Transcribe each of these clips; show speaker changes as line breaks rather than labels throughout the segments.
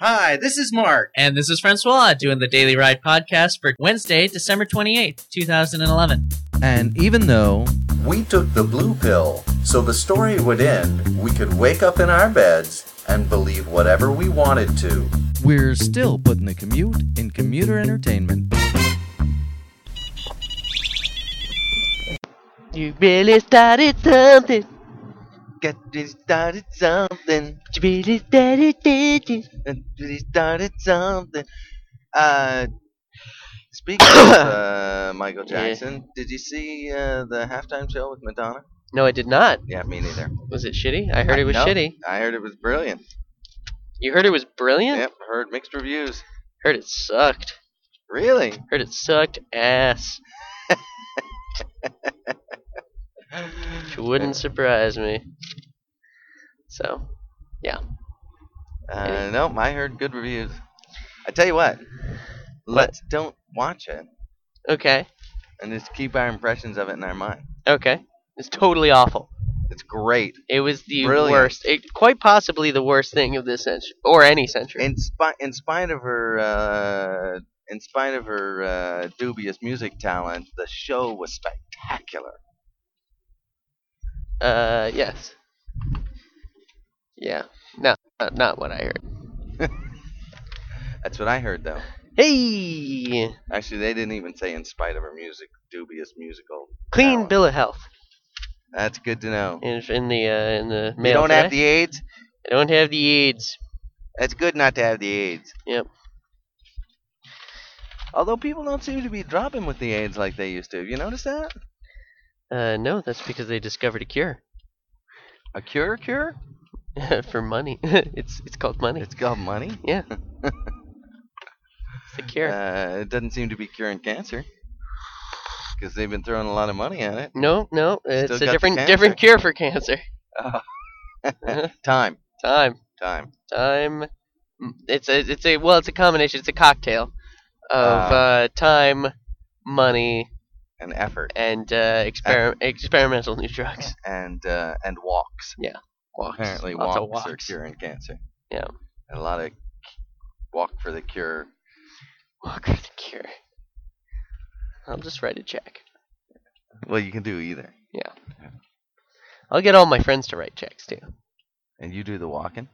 Hi, this is Mark.
And this is Francois doing the Daily Ride podcast for Wednesday, December 28th, 2011.
And even though
We took the blue pill so the story would end, we could wake up in our beds and believe whatever we wanted to.
we're still putting the commute in commuter entertainment.
You really started something. Got really started something. You really started something. You really started something.
Uh, speaking of uh, Michael Jackson, did you see uh, the halftime show with Madonna?
No, I did not.
Yeah, me neither.
Was it shitty? I heard it was
No,
shitty.
I heard it was brilliant.
You heard it was brilliant?
Yep, heard mixed reviews.
Heard it sucked.
Really?
Heard it sucked ass. Which wouldn't surprise me. So,
Uh, nope, I heard good reviews. I tell you what, let's don't watch it
okay.
and just keep our impressions of it in our mind.
Okay. It's totally awful.
It's great.
It was the
Brilliant.
worst. It, quite possibly the worst thing of this century or any century.
In spite, in spite of her, uh, in spite of her uh, dubious music talent, the show was spectacular.
uh, yes. Yeah. No, not, not what I heard.
That's what I heard, though.
Hey,
Actually, they didn't even say in spite of her music dubious musical.
clean
Alan.
bill of health
That's good to know.
in, in the uh, in the mail.
You don't have
today.
the AIDS.
I don't have the AIDS.
That's good not to have the AIDS.
Yep.
Although people don't seem to be dropping with the AIDS like they used to. Have you noticed that?
Uh, no, that's because they discovered a cure
A cure, cure?
for money. it's it's called money.
It's called money.
Yeah. It's the cure.
Uh, it doesn't seem to be curing cancer because they've been throwing a lot of money at it.
no, no, it's
got
a
the
different
cancer.
different cure for cancer. Uh-huh.
Time,
Time.
time.
time. It's a it's a well, it's a combination. It's a cocktail of
Ah.
uh, time, money,
And effort
and uh, exper- experimental new drugs.
and uh, and walks.
Walks.
Apparently,
Lots
walks,
of
are curing cancer.
Yeah.
And a lot of walk for the cure.
Walk for the cure. I'll just write a check.
Well, you can do either.
I'll get all my friends to write checks too.
And you do the walking.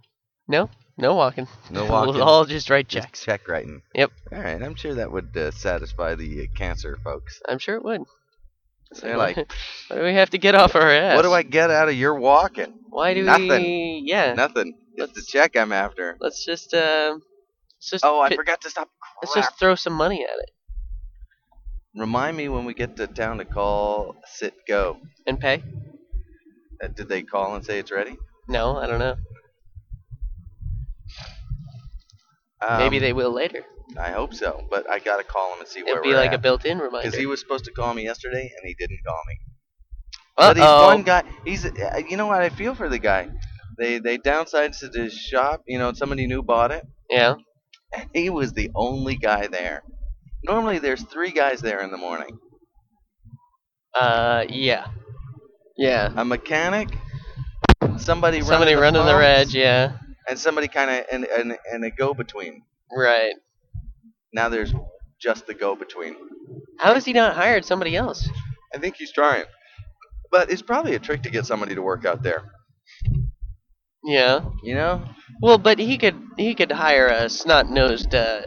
No walking.
No
we'll
walking.
all just write
Just
checks.
check writing.
Yep.
All right. I'm sure that would uh, satisfy the uh, cancer folks.
I'm sure it would. It's
They're like,
why do we have to get off our ass?
what do I get out of your walking?
Why do
Nothing.
we? Yeah.
Nothing. It's the
Let's-
check I'm after.
Let's just um. Let's just
Oh, I
pit-
forgot to stop.
Let's
Crap.
just throw some money at it
Remind me when we get to town to call sit go.
and pay.
Uh, did they call and say it's ready?
No, I don't know.
Um,
Maybe they will later.
I hope so, but I gotta call him and see where
It'll be
we're
like a
at.
built-in
Because
reminder.
he was supposed to call me yesterday and he didn't call me. But he's one
Uh-oh.
guy. He's uh, you know what I feel for the guy. They they downsized to this shop. You know somebody new bought it.
Yeah.
and He was the only guy there. Normally there's three guys there in the morning.
Uh, yeah. Yeah.
A mechanic, somebody
Somebody running the
phones,
reg, yeah.
and somebody kind of and, and and a go between.
Right.
Now there's just the go between.
How has he not hired somebody else?
I think he's trying. But it's probably a trick to get somebody to work out there.
Yeah.
You know?
Well, but he could he could hire a snot-nosed uh,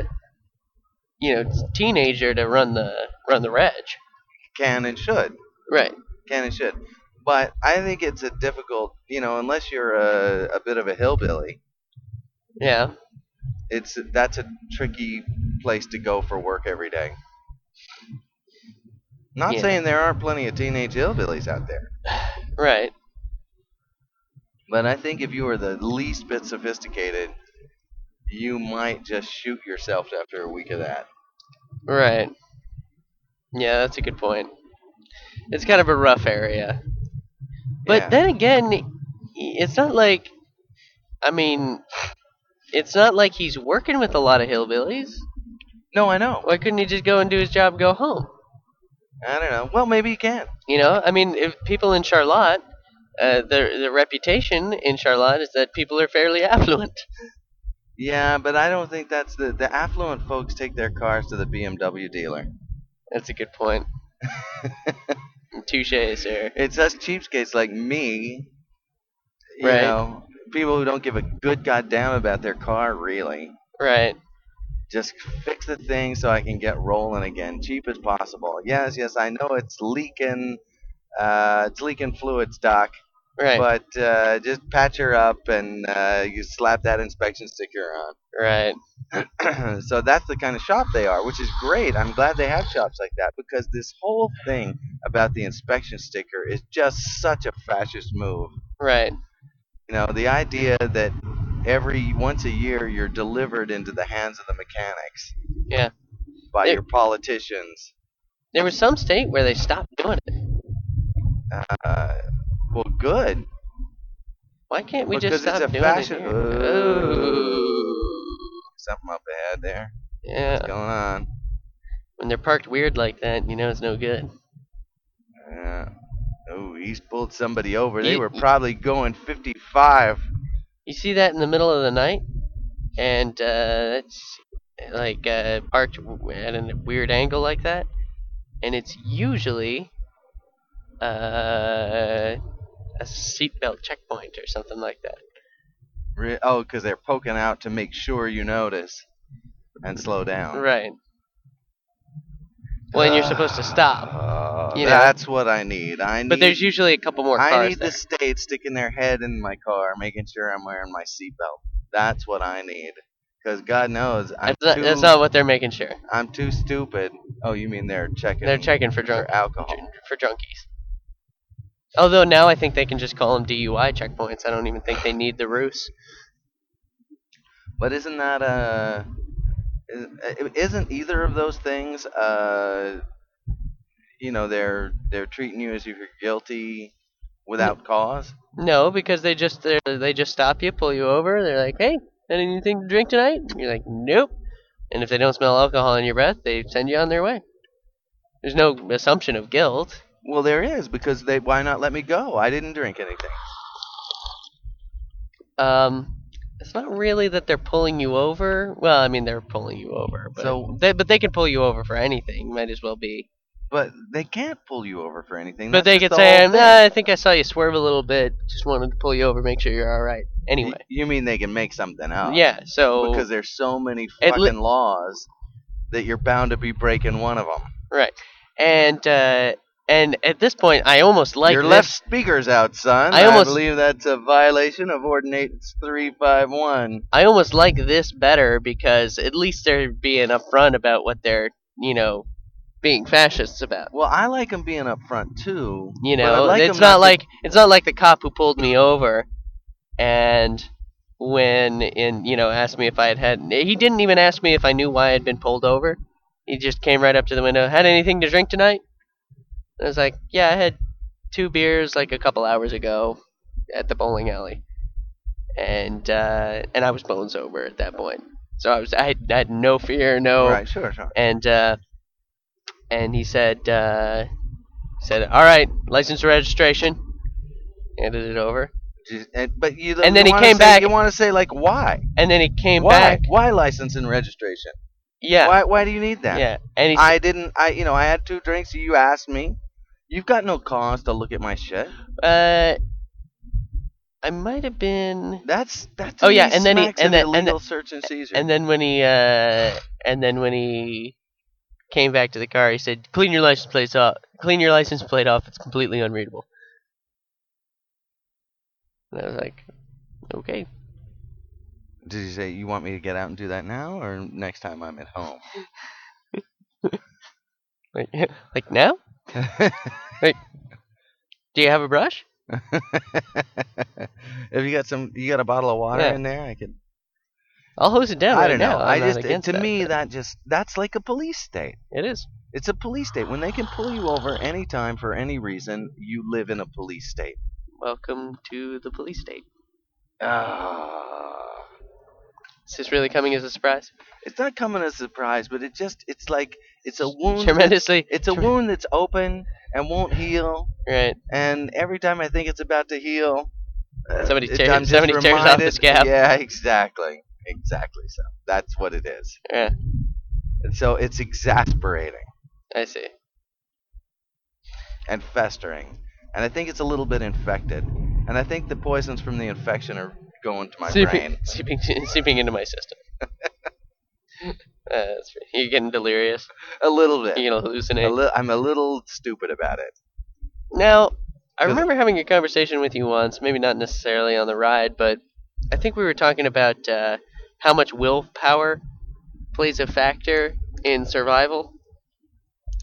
you know, t- teenager to run the run the reg.
Can and should.
Right.
Can and should. But I think it's a difficult, you know, unless you're a, a bit of a hillbilly,
Yeah.
it's that's a tricky place to go for work every day. Not
Yeah.
saying there aren't plenty of teenage hillbillies out there,
Right.
but I think if you were the least bit sophisticated, you might just shoot yourself after a week of that.
Right. Yeah, that's a good point. It's kind of a rough area. But
Yeah.
then again, i- it's not like, I mean, it's not like he's working with a lot of hillbillies.
no, I know.
Why couldn't he just go and do his job, and go home?
I don't know. Well, maybe you can.
You know, I mean, if people in Charlotte, uh, their the reputation in Charlotte is that people are fairly affluent.
Yeah, but I don't think that's the the affluent folks take their cars to the BMW dealer.
That's a good point. Touche, sir.
It's us cheapskates like me, you
Right.
know, people who don't give a good goddamn about their car really.
Right.
Just fix the thing so I can get rolling again, cheap as possible. Yes, yes, I know it's leaking. Uh, it's leaking fluids, Doc.
Right.
But uh, just patch her up and uh, you slap that inspection sticker on.
Right.
so that's the kind of shop they are, which is great. I'm glad they have shops like that because this whole thing about the inspection sticker is just such a fascist move.
Right.
You know, the idea that every once a year you're delivered into the hands of the mechanics.
Yeah.
By
It-
your politicians.
There was some state where they stopped doing it.
Uh, well, good.
Why can't we
because
just stop
it's a
doing
fashion.
it? here?
Ooh. Something up ahead there.
Yeah.
What's going on?
When they're parked weird like that, you know it's no good.
Yeah. Oh, he's pulled somebody over. They
You-
were probably going 55.
You see that in the middle of the night, and uh, it's like uh, parked w- at a weird angle like that, and it's usually uh, a seatbelt checkpoint or something like that.
Re- oh, because they're poking out to make sure you notice and slow down.
Right. When you're supposed to stop,
Ah,
you know.
that's what I need. I need.
but there's usually a couple more cars.
I need
there.
the state sticking their head in my car, making sure I'm wearing my seatbelt. That's what I need. Because God knows I'm
That's not,
too.
that's not what they're making sure.
I'm too stupid. Oh, you mean they're checking?
They're checking for drunk
for alcohol.
for junkies. Although now I think they can just call them DUI checkpoints. I don't even think they need the ruse.
But isn't that uh, is- uh, isn't either of those things uh, you know, they're they're treating you as if you're guilty without cause.
No, because they just they they just stop you, pull you over. They're like, "Hey, anything to drink tonight?" You're like, "Nope." And if they don't smell alcohol in your breath, they send you on their way. There's no assumption of guilt.
Well, there is because they why not let me go? I didn't drink anything.
Um, it's not really that they're pulling you over. Well, I mean they're pulling you over, but
So-
they, but they can pull you over for anything. Might as well be.
But they can't pull you over for anything.
But
That's
they
just
could
the
say,
whole thing.
nah, I think I saw you swerve a little bit. Just wanted to pull you over, make sure you're all right.
Y-
Anyway,
You mean they can make something up?
yeah. So
Because there's so many
At
fucking
le-
laws that you're bound to be breaking one of them.
right, and uh, and at this point, I almost like
Your
this.
left speaker's out, son.
I almost-
believe that's a violation of Ordinance 351.
I almost like this better because at least they're being upfront about what they're you know being fascists about.
Well, I like him being up front, too.
You
but I
know,
like
it's
'em
not
to-
like it's not like the cop who pulled me over, and when in you know asked me if I had had he didn't even ask me if I knew why I'd been pulled over. He just came right up to the window. Had anything to drink tonight? I was like, yeah, I had two beers like a couple hours ago at the bowling alley, and uh, and I was bone sober at that point. So I was I had, I had no fear, no
Right, sure, sure.
and uh, and he said uh, said all right license and registration handed it over
Just- and- But you,
And
you
then he
wanna
came
say-
back-
You want to say like, why?
and then he came
why?
back
Why license and registration?
yeah
Why? Why do you need that?
yeah and he s-
I didn't. I you know I had two drinks. You asked me. You've got no cause to look at my shit.
uh, I might have been
That's that's.
Oh, yeah, and then he- and then- and
illegal
then-
search and seizure.
and then when he uh, and then when he came back to the car he said clean your license plate off clean your license plate off it's completely unreadable and I was like okay
Did you say you want me to get out and do that now or next time I'm at home?
like, like now do you have a brush
Have you got some? You got a bottle of water
Yeah.
in there? I could.
I'll hose it down.
I
right
don't know.
now.
I
I'm not
just
against
to
that,
me
but
that just that's like a police state.
it is
It's a police state. When they can pull you over anytime for any reason, you live in a police state.
welcome to the police state.
Ah.
Is this really coming as a surprise?
It's not coming as a surprise, but it just it's like it's a wound.
Tremendously,
It's a wound that's open and won't heal.
right?
And every time I think it's about to heal, uh,
Somebody
it-
tears-
I'm just
somebody tears off the
reminded-
scab.
Yeah, exactly, Exactly so. That's what it is.
Yeah.
And so it's exasperating
I see.
and festering. And I think it's a little bit infected. And I think the poisons from the infection are going to my brain.
Seeping, seeping, seeping into my system. uh, that's right. You're getting delirious.
A little bit.
You're gonna hallucinate.
A li- I'm a little stupid about it.
Now, I
'Cause-
remember having a conversation with you once, maybe not necessarily on the ride, but I think we were talking about uh, how much willpower plays a factor in survival,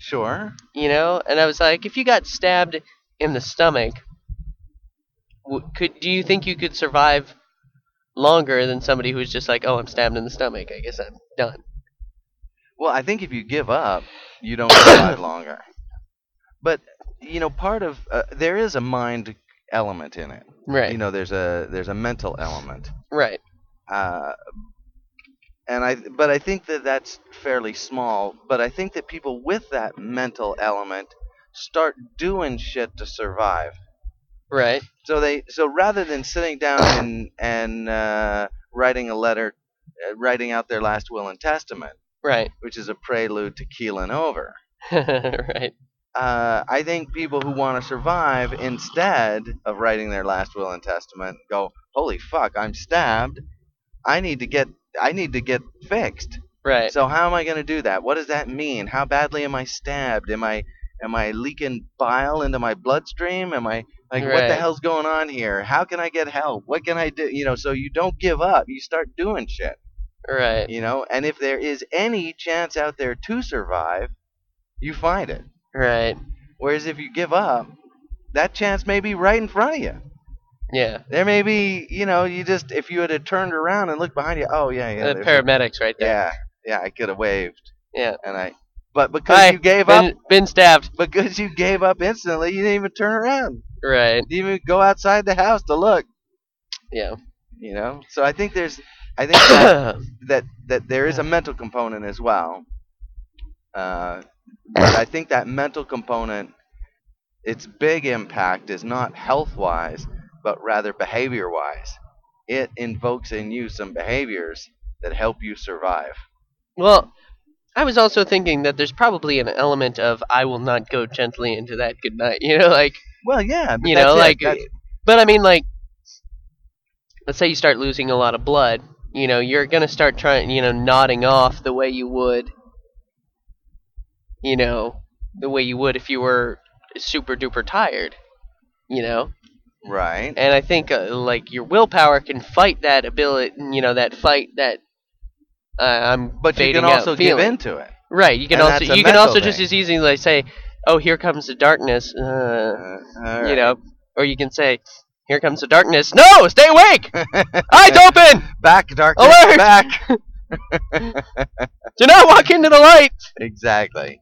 Sure.
you know? And I was like, if you got stabbed in the stomach, w- could do you think you could survive longer than somebody who's just like, oh, I'm stabbed in the stomach. I guess I'm done.
Well, I think if you give up, you don't survive longer. But you know, part of uh, there is a mind element in it.
Right.
You know, there's a there's a mental element.
right.
Uh, and I, but I think that that's fairly small. But I think that people with that mental element start doing shit to survive.
Right.
So they, so rather than sitting down and and uh, writing a letter, uh, writing out their last will and testament,
Right.
which is a prelude to keeling over.
right.
Uh, I think people who want to survive, instead of writing their last will and testament, go, "Holy fuck, I'm stabbed. I need to get, I need to get fixed.
Right.
So how am I going to do that? What does that mean? How badly am I stabbed? Am I, am I leaking bile into my bloodstream? Am I like, what the
Right.
hell's going on here? How can I get help? What can I do? You know, so you don't give up. You start doing shit
right.
you know and if there is any chance out there to survive you find it
Right.
whereas if you give up that chance may be right in front of you
Yeah.
there may be you know you just if you had have turned around and looked behind you oh yeah yeah
the
there's a-
paramedics right there.
yeah yeah i could have waved
Yeah.
and i but because
Hi,
you gave
been,
up
been stabbed.
because you gave up instantly you didn't even turn around
Right.
you didn't even go outside the house to look
Yeah.
you know so i think there's i think that that that there is a mental component as well. Uh, but I think that mental component, its big impact is not health wise, but rather behavior wise. It invokes in you some behaviors that help you survive.
well, I was also thinking that there's probably an element of I will not go gently into that good night. You know, like
Well, yeah, but
you
that's
know,
it.
like.
That's-
But I mean, like, let's say you start losing a lot of blood. You know, you're gonna start trying. You know, nodding off the way you would. You know, the way you would if you were super duper tired. You know.
right.
and I think uh, like your willpower can fight that ability, you know, that fight that uh, I'm
But you
fading
can also
out
give
feeling.
into it.
Right, you can
and
also
that's a
you can
mental
also just
thing.
as easily like, say, "Oh, here comes the darkness,"
Uh,
uh,
all
you
right.
know, or you can say, "Here comes the darkness." No, stay awake. Eyes open.
back darkness,
Alert!
back.
Do not walk into the light.
Exactly,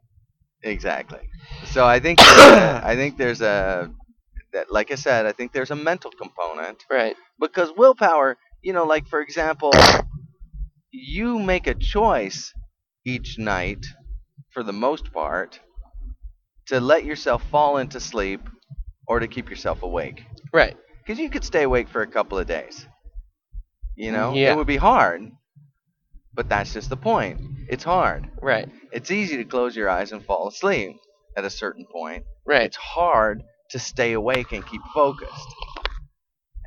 exactly. So I think there's a- I think there's a that like I said, I think there's a mental component
Right,
because willpower, you know, like for example, you make a choice each night, for the most part, to let yourself fall into sleep or to keep yourself awake.
right,
Because you could stay awake for a couple of days. You know,
Yeah.
it would be hard, but that's just the point. It's hard.
right,
It's easy to close your eyes and fall asleep at a certain point
right,
it's hard to stay awake and keep focused.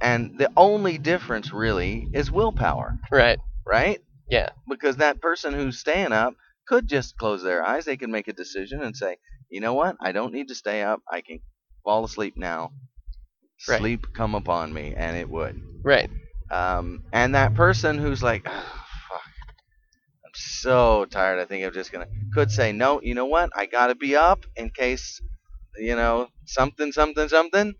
And the only difference really is willpower,
right,
right?
Yeah.
Because that person who's staying up could just close their eyes. They can make a decision and say, you know what? I don't need to stay up. I can fall asleep now.
Right.
Sleep come upon me, and it would.
right,
Um, and that person who's like, oh, fuck, I'm so tired. I think I'm just gonna could say no. You know what? I gotta be up in case, you know, something, something, something.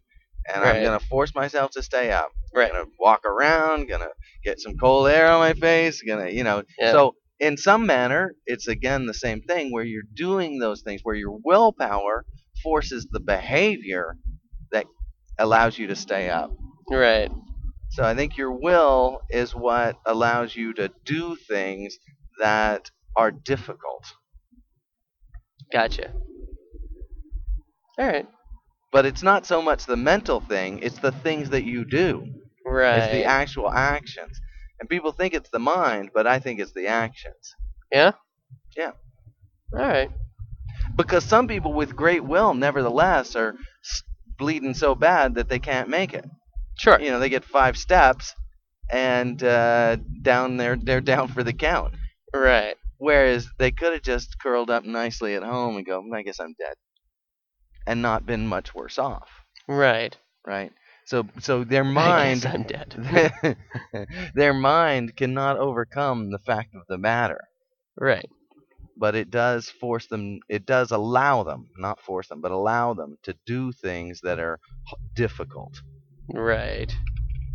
And I'm
Right.
gonna force myself to stay up.
right,
Gonna walk around. Gonna get some cold air on my face. Gonna, you know.
Yeah.
So in some manner, it's again the same thing where you're doing those things where your willpower forces the behavior that allows you to stay up.
right,
So I think your will is what allows you to do things that are difficult.
gotcha. All right,
But it's not so much the mental thing, it's the things that you do.
right,
It's the actual actions. And people think it's the mind, but I think it's the actions.
Yeah?
Yeah.
All right.
Because some people with great will, nevertheless, are s- bleeding so bad that they can't make it.
Sure.
You know, they get five steps, and uh, down they're they're down for the count.
Right.
Whereas they could have just curled up nicely at home and go, I guess I'm dead, and not been much worse off,
Right.
right? So so their
I guess
mind
I'm dead.
their mind cannot overcome the fact of the matter,
right.
but it does force them. It does allow them, not force them, but allow them to do things that are h- difficult.
Right.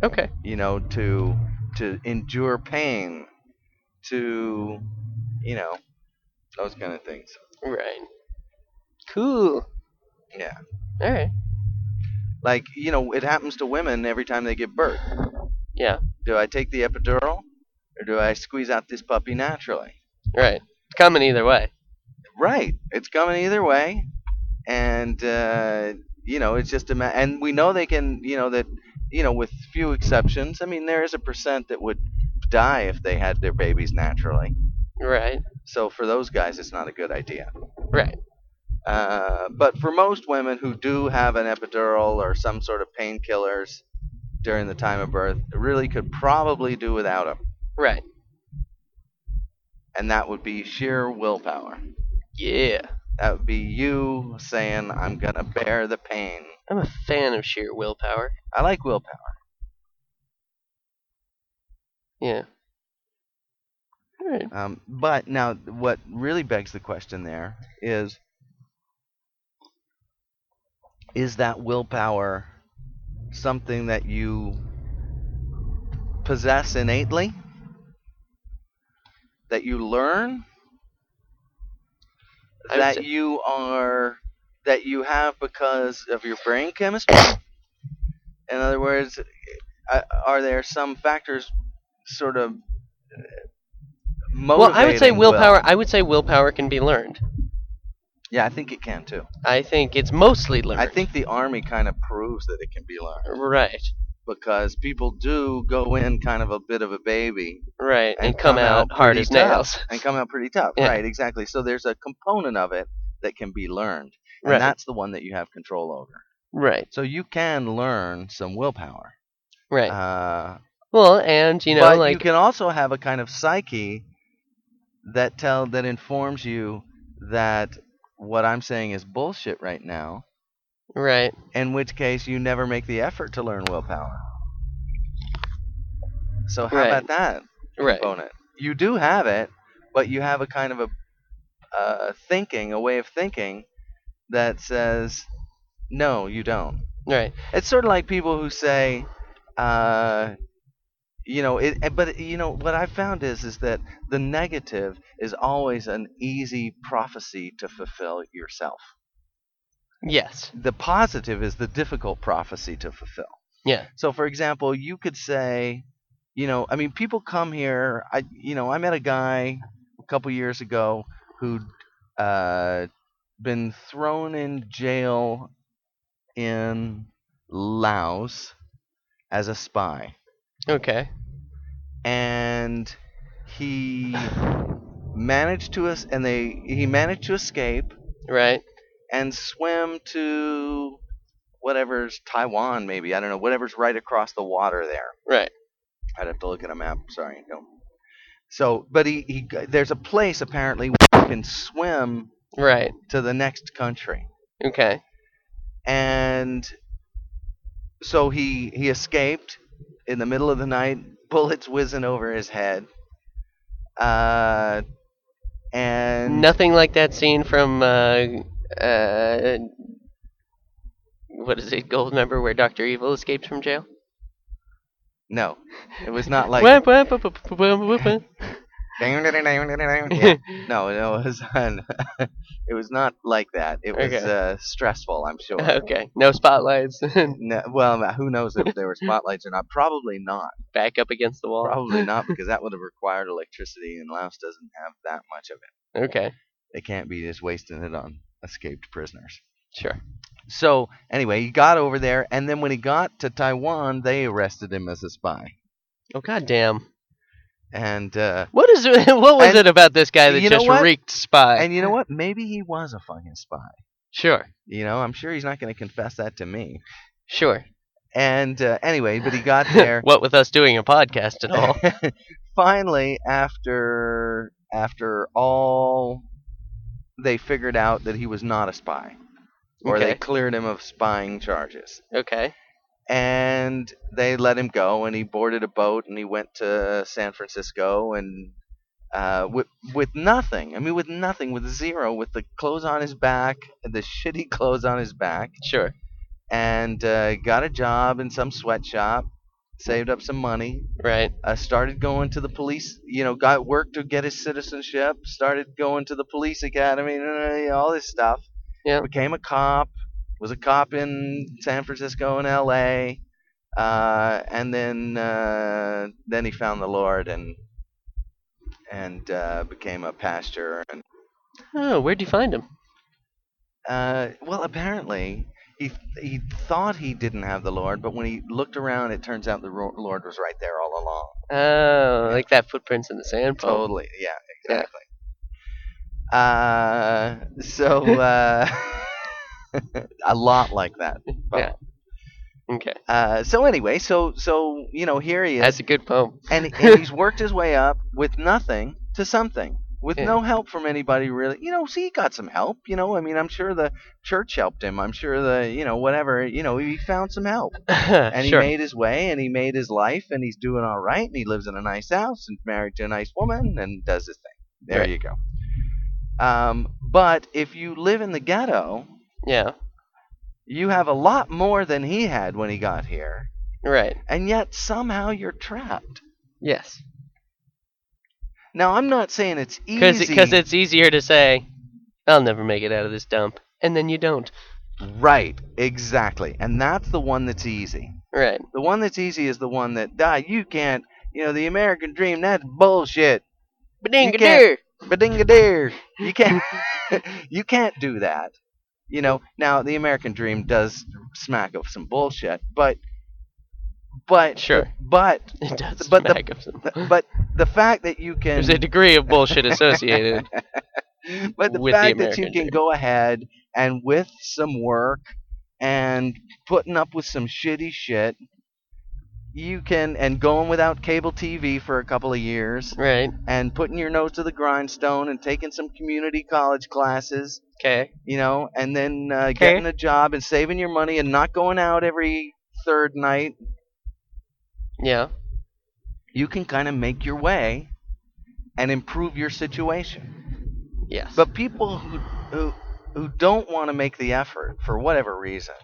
Okay.
You know, to to endure pain, to you know those kind of things.
Right. Cool.
Yeah.
All right.
Like you know, it happens to women every time they give birth.
Yeah.
Do I take the epidural, or do I squeeze out this puppy naturally?
Right. It's coming either way.
Right. It's coming either way, and uh, you know it's just a ma- and we know they can you know that you know with few exceptions. I mean there is a percent that would die if they had their babies naturally.
Right.
So for those guys, it's not a good idea.
Right.
Uh, but for most women who do have an epidural or some sort of painkillers during the time of birth, really could probably do without them,
Right.
and that would be sheer willpower.
Yeah.
That would be you saying, "I'm gonna bear the pain."
I'm a fan of sheer willpower.
I like willpower.
Yeah. All right.
Um, but now, what really begs the question there is is that willpower something that you possess innately? That you learn?
I would say-
That you are, that you have because of your brain chemistry? In other words, uh, are there some factors sort of uh,
Well, I would say
motivating
willpower.
will?
I would say willpower can be learned.
Yeah, I think it can too.
I think it's mostly learned.
I think the army kind of proves that it can be learned
Right.
because people do go in kind of a bit of a baby
Right. And, come, out, hard
pretty
as
tough,
nails.
and come out pretty tough.
Yeah.
Right, exactly. So there's a component of it that can be learned, and
Right.
that's the one that you have control over.
Right.
So you can learn some willpower.
Right.
Uh,
well, and you know,
but you
like
can also have a kind of psyche that tell that informs you that what I'm saying is bullshit right now.
right.
in which case you never make the effort to learn willpower. So how
Right.
about that
Right.
component? You do have it, but you have a kind of a uh, thinking, a way of thinking that says, no, you don't.
Right.
It's sort of like people who say, uh, you know, it, eh, but you know what I found is is that the negative is always an easy prophecy to fulfill yourself.
Yes.
The positive is the difficult prophecy to fulfill.
Yeah.
So, for example, you could say, you know, I mean, people come here. I, you know, I met a guy a couple years ago who'd uh, been thrown in jail in Laos as a spy,
Okay.
and he managed to us, and they he managed to escape
Right.
and swim to whatever's Taiwan, maybe I don't know, whatever's right across the water there.
Right.
I'd have to look at a map. Sorry, no. So, but he, he g- there's a place apparently where you can swim
Right.
to the next country,
Okay.
and so he he escaped in the middle of the night, bullets whizzing over his head, uh, and
Nothing like that scene from uh, uh, what is it, Gold Member, where Doctor Evil escapes from jail?
no, it was not like
Wah, wah, wah, wah, wah, wah, wah, wah.
yeah, no, no, it was it was not like that. It was
Okay.
uh, stressful, I'm sure.
okay. No spotlights.
No, well, who knows if there were spotlights or not? Probably not.
Back up against the wall.
Probably not because that would have required electricity, and Laos doesn't have that much of it.
Okay.
They can't be just wasting it on escaped prisoners.
Sure.
So anyway, he got over there, and then when he got to Taiwan, they arrested him as a spy.
Oh goddamn.
And uh,
What is what was
And-
it about this guy that
you know
just
what?
reeked spy?
and you know what? Maybe he was a fucking spy.
sure,
You know, I'm sure he's not going to confess that to me.
sure.
And uh, anyway, but he got there.
what with us doing a podcast and all.
Finally, after after all, they figured out that he was not a spy, or they
Okay.
cleared him of spying charges,
okay.
and they let him go, and he boarded a boat, and he went to San Francisco, and uh, with with nothing. I mean, with nothing, with zero, with the clothes on his back, the shitty clothes on his back
Sure.
and uh, got a job in some sweatshop, saved up some money,
Right.
uh, started going to the police, you know, got work to get his citizenship, started going to the police academy, and all this stuff.
Yeah.
Became a cop, was a cop in San Francisco and L.A., uh, and then uh, then he found the Lord and and uh, became a pastor and
Oh, where'd you find him?
uh, well, apparently he he thought he didn't have the Lord, but when he looked around, it turns out the ro- Lord was right there all along.
Oh, like that footprints in the sand. Oh,
Totally, yeah,
Yeah.
exactly. Uh, so uh, a lot like that.
Yeah. okay.
Uh, so anyway, so so you know, here he is,
That's a good poem.
and, and he's worked his way up with nothing to something. With
Yeah.
no help from anybody, really. You know, see, he got some help. You know, I mean, I'm sure the church helped him. I'm sure the, you know, whatever. You know, he found some help. and
sure.
he made his way and he made his life and he's doing all right and he lives in a nice house and married to a nice woman and does his thing. There
Right.
you go. Um, but if you live in the ghetto,
yeah.
you have a lot more than he had when he got here,
Right.
and yet somehow you're trapped.
Yes.
Now I'm not saying it's
Because
easy,
because it's easier to say, I'll never make it out of this dump, and then you don't.
right, exactly, and that's the one that's easy.
Right.
The one that's easy is the one that die. You can't, you know, the American dream. That's bullshit.
Badingadoo.
Badinga deer. You can't you can't do that. You know, now the American dream does smack of some bullshit, but but
Sure.
but
It does
But the-
smack of some.
but the fact that you can
There's a degree of bullshit associated.
but the
with the
fact that you
American
can
dream.
go ahead and with some work and putting up with some shitty shit you can and going without cable TV for a couple of years
right.
and putting your nose to the grindstone and taking some community college classes
Okay.
you know, and then uh, getting a job and saving your money and not going out every third night,
Yeah.
you can kind of make your way and improve your situation.
Yes.
But people who who, who don't want to make the effort for whatever reason,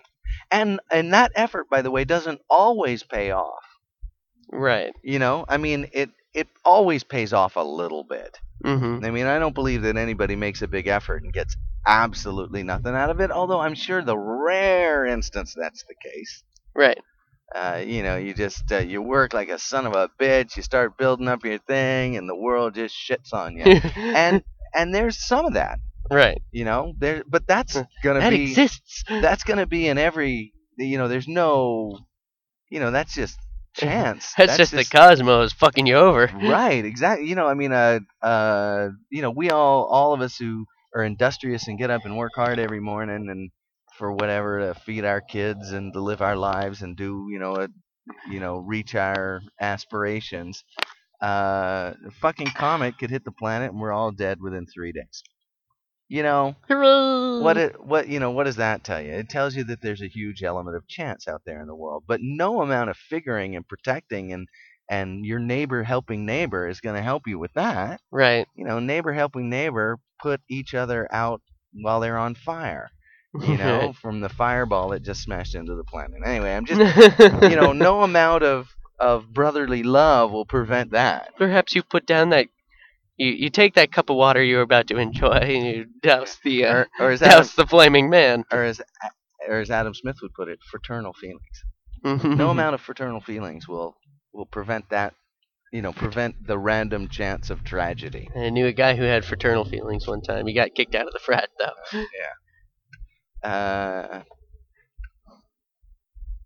and and that effort, by the way, doesn't always pay off.
right.
You know, I mean, it it always pays off a little bit.
Mm-hmm.
I mean, I don't believe that anybody makes a big effort and gets absolutely nothing out of it. Although I'm sure the rare instance that's the case.
Right.
uh, you know, you just uh, you work like a son of a bitch. You start building up your thing, and the world just shits on you. and and there's some of that,
right.
you know. There, but that's
Huh.
gonna
That
be
exists.
that's gonna be in every. You know, there's no, you know, that's just chance.
That's, just, the cosmos fucking you over.
right, exactly. You know, I mean, uh, uh, you know, we all all of us who are industrious and get up and work hard every morning and for whatever to feed our kids and to live our lives and do you know a you know, reach our aspirations. Uh, a fucking comet could hit the planet and we're all dead within three days. You know
Hooray.
what? It, what you know? What does that tell you? It tells you that there's a huge element of chance out there in the world, but no amount of figuring and protecting and and your neighbor helping neighbor is going to help you with that.
right.
You know, neighbor helping neighbor put each other out while they're on fire. You know, from the fireball that just smashed into the planet. Anyway, I'm just you know, no amount of of brotherly love will prevent that.
Perhaps you put down that. You, you take that cup of water you were about to enjoy and you douse the uh,
Or, or is Adam,
douse the flaming man.
or is or as Adam Smith would put it, fraternal feelings.
Mm-hmm.
No amount of fraternal feelings will will prevent that. You know, prevent the random chance of tragedy.
I knew a guy who had fraternal feelings one time. He got kicked out of the frat though.
Uh,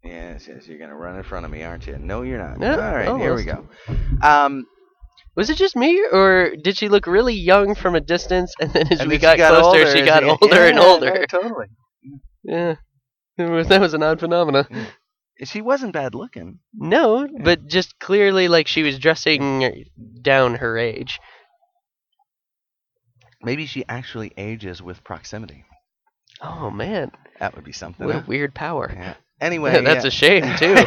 yes, yes, you're gonna run in front of me, aren't you? No, you're not.
No,
All right, here we
almost.
go. Um,
Was it just me, or did she look really young from a distance, and then as
And
we
then she
got, closer,
older
she
and
got
she-
older and
yeah,
older?
right, totally.
Yeah, It was- that was an odd phenomena.
She wasn't bad looking.
No, but just clearly like she was dressing down her age.
Maybe she actually ages with proximity.
Oh man,
That would be something.
what a weird power.
Yeah. Anyway,
That's a shame too.
a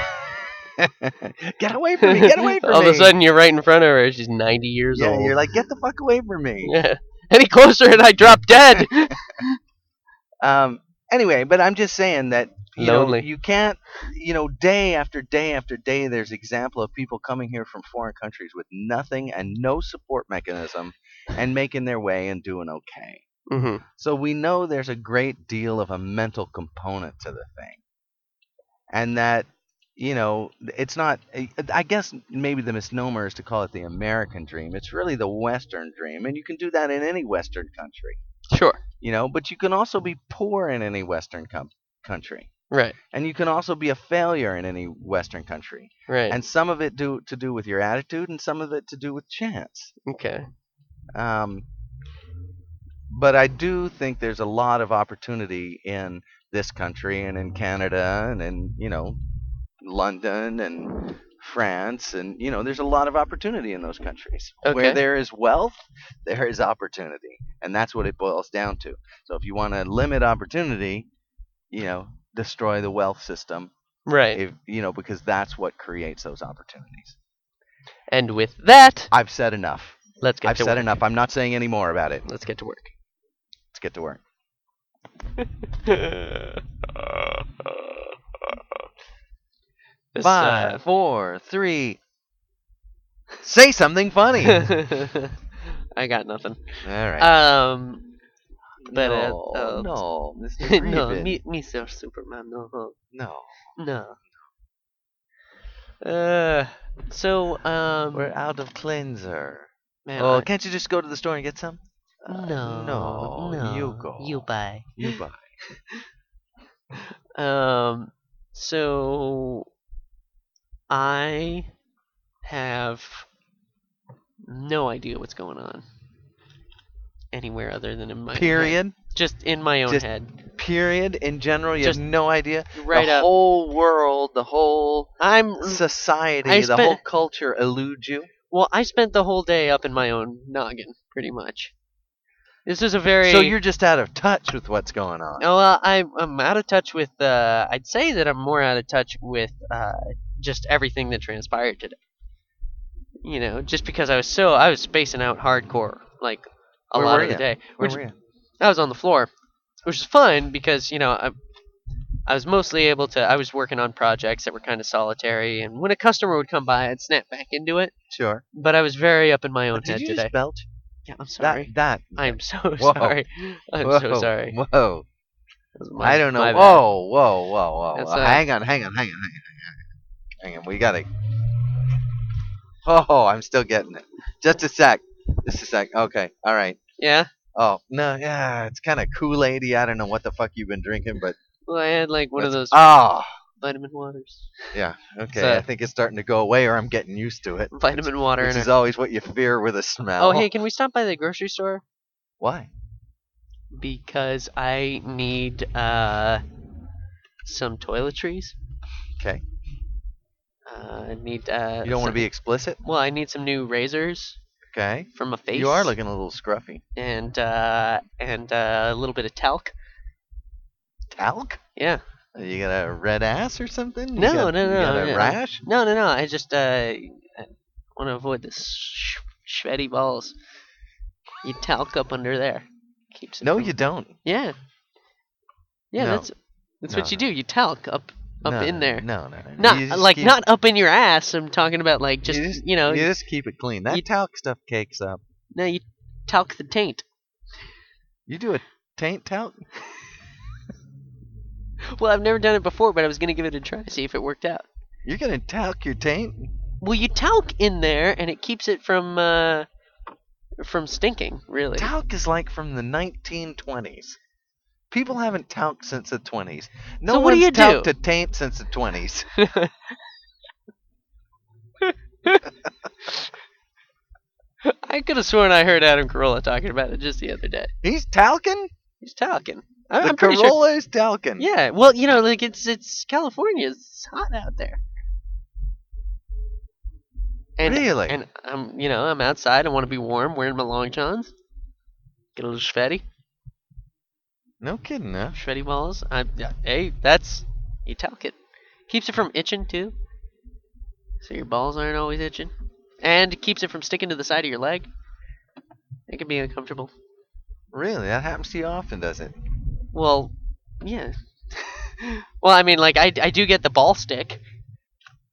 get away from me! Get away from
All
me!
of a sudden, you're right in front of her. She's 90 years
yeah,
old.
you're like, get the fuck away from me.
yeah. Any closer, and I drop dead.
Um. Anyway, but I'm just saying that you know,
Lonely.
you can't. You know, day after day after day, there's example of people coming here from foreign countries with nothing and no support mechanism, and making their way and doing okay.
hmm
So we know there's a great deal of a mental component to the thing. And that, you know, it's not, I guess maybe the misnomer is to call it the American dream. It's really the Western dream. And you can do that in any Western country,
Sure.
you know, but you can also be poor in any Western com- country.
Right.
And you can also be a failure in any Western country.
Right.
And some of it do, to do with your attitude and some of it to do with chance.
okay.
Um, but I do think there's a lot of opportunity in this country and in Canada and in you know London and France and you know there's a lot of opportunity in those countries where
Okay.
there is wealth there is opportunity and that's what it boils down to so if you want to limit opportunity you know destroy the wealth system
Right.
if you know because that's what creates those opportunities
and with that,
I've said enough
let's get
I've
to
said
work.
enough I'm not saying any more about it
Let's get to work.
let's get to work
This, uh,
Five, four, three. Say something funny. All
uh, I got nothing.
right.
Um, but uh,
no,
uh,
no, Mr.
no,
Raven.
me, Mr. Superman, no,
no.
no. Uh, so um,
We're out of cleanser.
man,
oh,
I-
can't you just go to the store and get some? Uh,
no,
no,
no,
you go.
you buy.
You buy.
Um, so I have no idea what's going on anywhere other than in my own head.
Period.
just in my own
Just
head,
Period. In general, you
Just
have no idea.
right
the
up.
whole world, the whole
I'm
society,
I
the whole
spent-
culture elude you.
well. I spent the whole day up in my own noggin, pretty much. This is a very
So you're just out of touch with what's going on.
No, well, I'm I'm out of touch with. Uh, I'd say that I'm more out of touch with uh, just everything that transpired today. You know, just because I was so I was spacing out hardcore like a
Where
lot
were
of the
ya?
day.
Where
which-
were you?
I was on the floor, which is fun because you know I, I was mostly able to. I was working on projects that were kind of solitary, and when a customer would come by, I'd snap back into it.
Sure.
But I was very up in my own
Did
head
you
today.
just belch?
yeah, I'm sorry.
That, that.
I'm so
Whoa.
sorry. I'm
whoa,
so sorry.
Whoa.
That was my-
I don't know.
my bad.
Whoa, whoa, whoa, whoa.
That's,
whoa.
uh,
hang on, hang on, hang on, hang on, hang on. Hang on, we gotta. Oh, I'm still getting it. Just a sec. Just a sec. Okay, all right.
Yeah.
Oh no, yeah, it's kind of Kool Aid. I don't know what the fuck you've been drinking, but
Well, I had like one of
that's-
those
Oh,
vitamin waters.
okay.
So-
I think it's starting to go away, or I'm getting used to it.
Vitamin water.
Which
And
is
a,
always what you fear with a smell.
oh, hey, can we stop by the grocery store?
why?
Because I need uh some toiletries.
'Kay.
Uh, I need. Uh,
You don't want to be
some-
explicit,
Well, I need some new razors
okay?
for my face.
You are looking a little scruffy.
And uh, and uh, a little bit of talc.
Talc?
Yeah.
You got a red ass or something? You
No,
got-
no,
you
no,
got a
no.
rash?
No, no, no. I just uh want to avoid the sh- shreddy balls. You talc up under there. Keeps it
No,
from-
you don't.
Yeah. Yeah,
No.
that's that's
No,
what you do. You talc up up
No,
in
no,
there.
No, no, no. You
Not
just
like
keep-
not up in your ass. I'm talking about like just
you
you,
just,
know
you just keep it clean. That
you-
talc stuff cakes up.
no you talc the taint.
You do a taint talc?
Well, I've never done it before, but I was gonna give it a try see if it worked out.
You're gonna talc your taint?
Well, you talc in there and it keeps it from uh from stinking really.
Talc is like from the 1920s. People haven't talked since the 20s. No
So
one's
what do you
talked
do?
a taint since the 20s.
I could have sworn I heard Adam Carolla talking about it just the other day.
He's talking.
He's talking. I-
the
I'm pretty sure.
Corolla is talking.
Yeah, well, you know, like it's it's California. It's hot out there. And,
Really?
And I'm, you know, I'm outside. I want to be warm, wearing my long johns. Get a little shreddy,
No kidding, huh?
shreddy balls. I, yeah, hey, that's you talk it. Keeps it from itching too, so your balls aren't always itching, and keeps it from sticking to the side of your leg. It can be uncomfortable.
Really? That happens to you often, does it?
Well, yeah. well, I mean, like I, I do get the ball stick.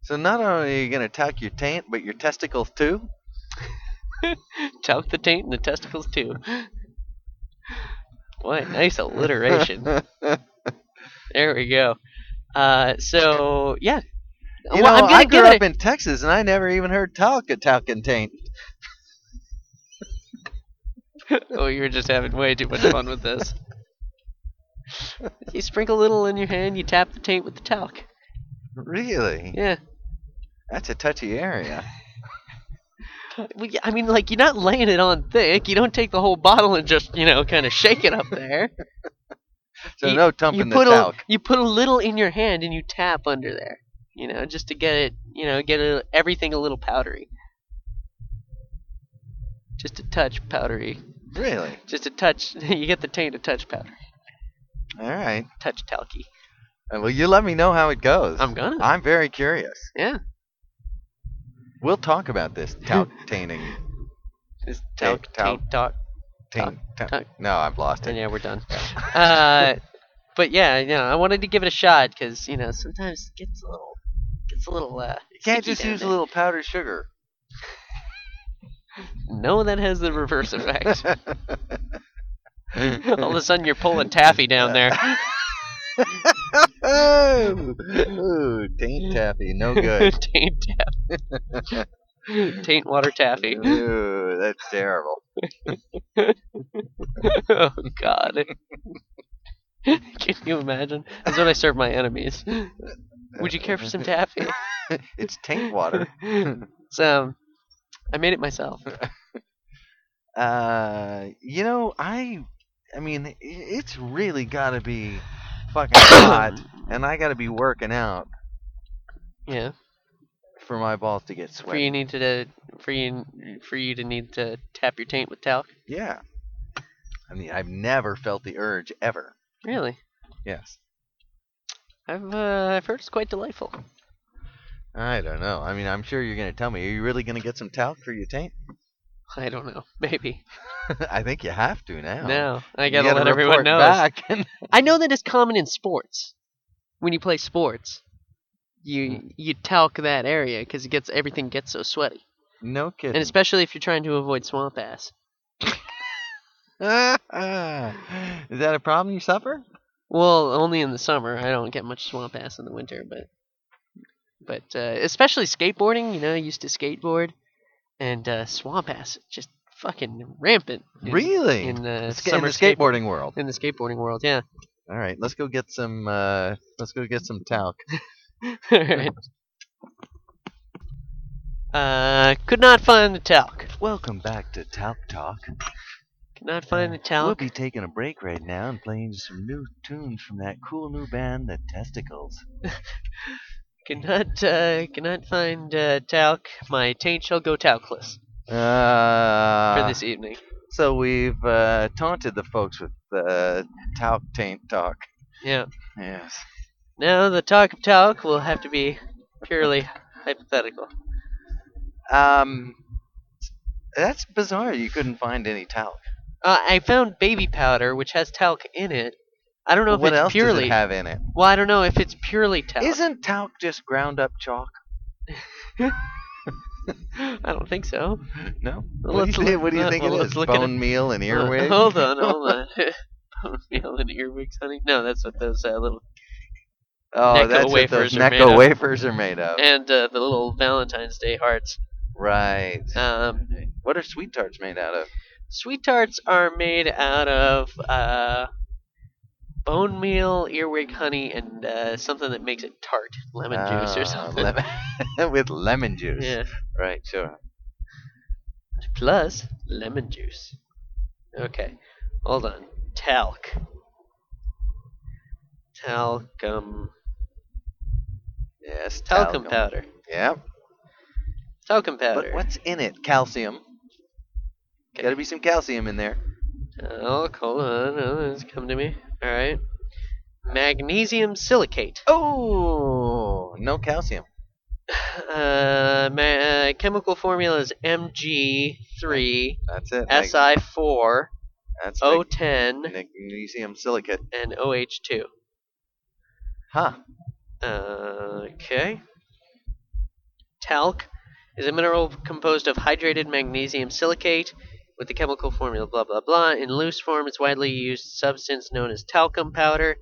So not only are you gonna tuck your taint, but your testicles too.
Talk the taint and the testicles too. What nice alliteration. there we go. Uh, so yeah.
You
well,
know,
I'm gonna
I grew
give
up
it. a-
in Texas and I never even heard talk a talking taint.
oh, you were just having way too much fun with this. you sprinkle a little in your hand. You tap the taint with the talc.
Really?
Yeah.
That's a touchy area.
Well, yeah, I mean, like you're not laying it on thick. You don't take the whole bottle and just you know kind of shake it up there.
So
You-
no tumping
you
the
put
talc.
A, you put a little in your hand and you tap under there. You know, just to get it, you know, get a, everything a little powdery. Just a touch powdery.
Really?
Just a touch. You get the taint a touch powder.
All right.
Touch talky.
Uh, Well, you let me know how it goes.
I'm gonna.
I'm very curious.
Yeah.
We'll talk about this talc tainting.
Just
Taint, talc,
talc, taint, talc.
Taint, ta-
talc.
No, I've lost
And
it.
yeah, we're done. uh, but yeah, you know, I wanted to give it a shot because you know sometimes it gets a little, gets a little. Uh,
You can't
sticky
just
down
use a
there.
little powdered sugar.
No, that has the reverse effect. All of a
oh,
sudden, you're pulling taffy down there.
ooh, taint taffy, no good.
Taint taffy. Taint water taffy.
Ooh, that's terrible.
Oh God. Can you imagine? That's what I serve my enemies. Would you care for some taffy?
It's taint water.
so, um, I made it myself.
Uh, you know, I, I mean, i- it's really got to be fucking hot, and I got to be working out
Yeah.
for my balls to get
For you
sweaty.
need to, for you, for you to need to tap your taint with talc.
Yeah. I mean, I've never felt the urge ever.
Really?
Yes.
I've uh, I've heard it's quite delightful.
I don't know. I mean, I'm sure you're gonna tell me. Are you really gonna get some talc for your taint?
I don't know. Maybe.
I think you have to now.
No, I
You
gotta, let everyone
report
know.
Back and
I know that it's common in sports. When you play sports,
Hmm.
you you talc that area because it gets everything gets so sweaty,
no kidding.
and especially if you're trying to avoid swamp ass.
Is that a problem you suffer?
Well, only in the summer. I don't get much swamp ass in the winter, but but uh, especially skateboarding. You know, I used to skateboard, and uh, swamp ass is just fucking rampant. in-
really?
In, uh,
Ska- in
summer
the
skateboard-
skateboarding world.
In the skateboarding world, yeah.
All right, let's go get some. Uh, let's go get some talc.
Alright. Uh, could not find the talc.
Welcome back to Talc Talk.
Could not find the
We'll
talc.
be taking a break right now and playing some new tunes from that cool new band, The Testicles.
Could not, uh, could not find uh, talc. My taint shall go talcless
Uh,
for this evening.
So we've uh, taunted the folks with uh, talc taint talk.
Yeah.
Yes.
Now the talk of talc will have to be purely hypothetical.
Um, that's bizarre. You couldn't find any talc.
Uh, I found baby powder, which has talc in it. I don't know if
what
it's
else
purely.
does it have in it?
Well, I don't know if it's purely talc.
Isn't talc just ground up chalk?
I don't think so.
No.
Well,
What do
let's
you, thi-
look-
what do you
uh,
think
well,
it
let's
is?
look at
Bone
it.
meal and
Uh,
earwig.
Hold on, hold on. Bone meal and earwigs, honey. No, that's what those uh, little
Oh,
Necco
that's what
wafers
those
are made
Necco
of.
wafers are made of.
and uh, the little Valentine's Day hearts.
Right.
Um,
What are sweet tarts made out of?
sweet tarts are made out of uh, bone meal, earwig honey, and uh, something that makes it tart, lemon juice
Ah,
or something.
lemon- with lemon juice.
Yeah,
Right. Sure.
plus lemon juice. Okay, hold on. Talc. Talcum.
Yes,
Talcum powder.
Yeah.
Talcum powder.
But what's in it? Calcium.
Okay.
Gotta be some calcium in there.
Talc, hold on. Oh, it's come to me. Alright. Magnesium silicate.
Oh, no calcium.
Uh, ma- uh, chemical formula is Mg3,
That's it. Mag-
Si4,
That's mag-
O10,
magnesium silicate.
and OH2.
Huh.
Uh, Okay. Talc is a mineral composed of hydrated magnesium silicate with the chemical formula blah blah blah. In loose form, it's widely used substance known as talcum powder.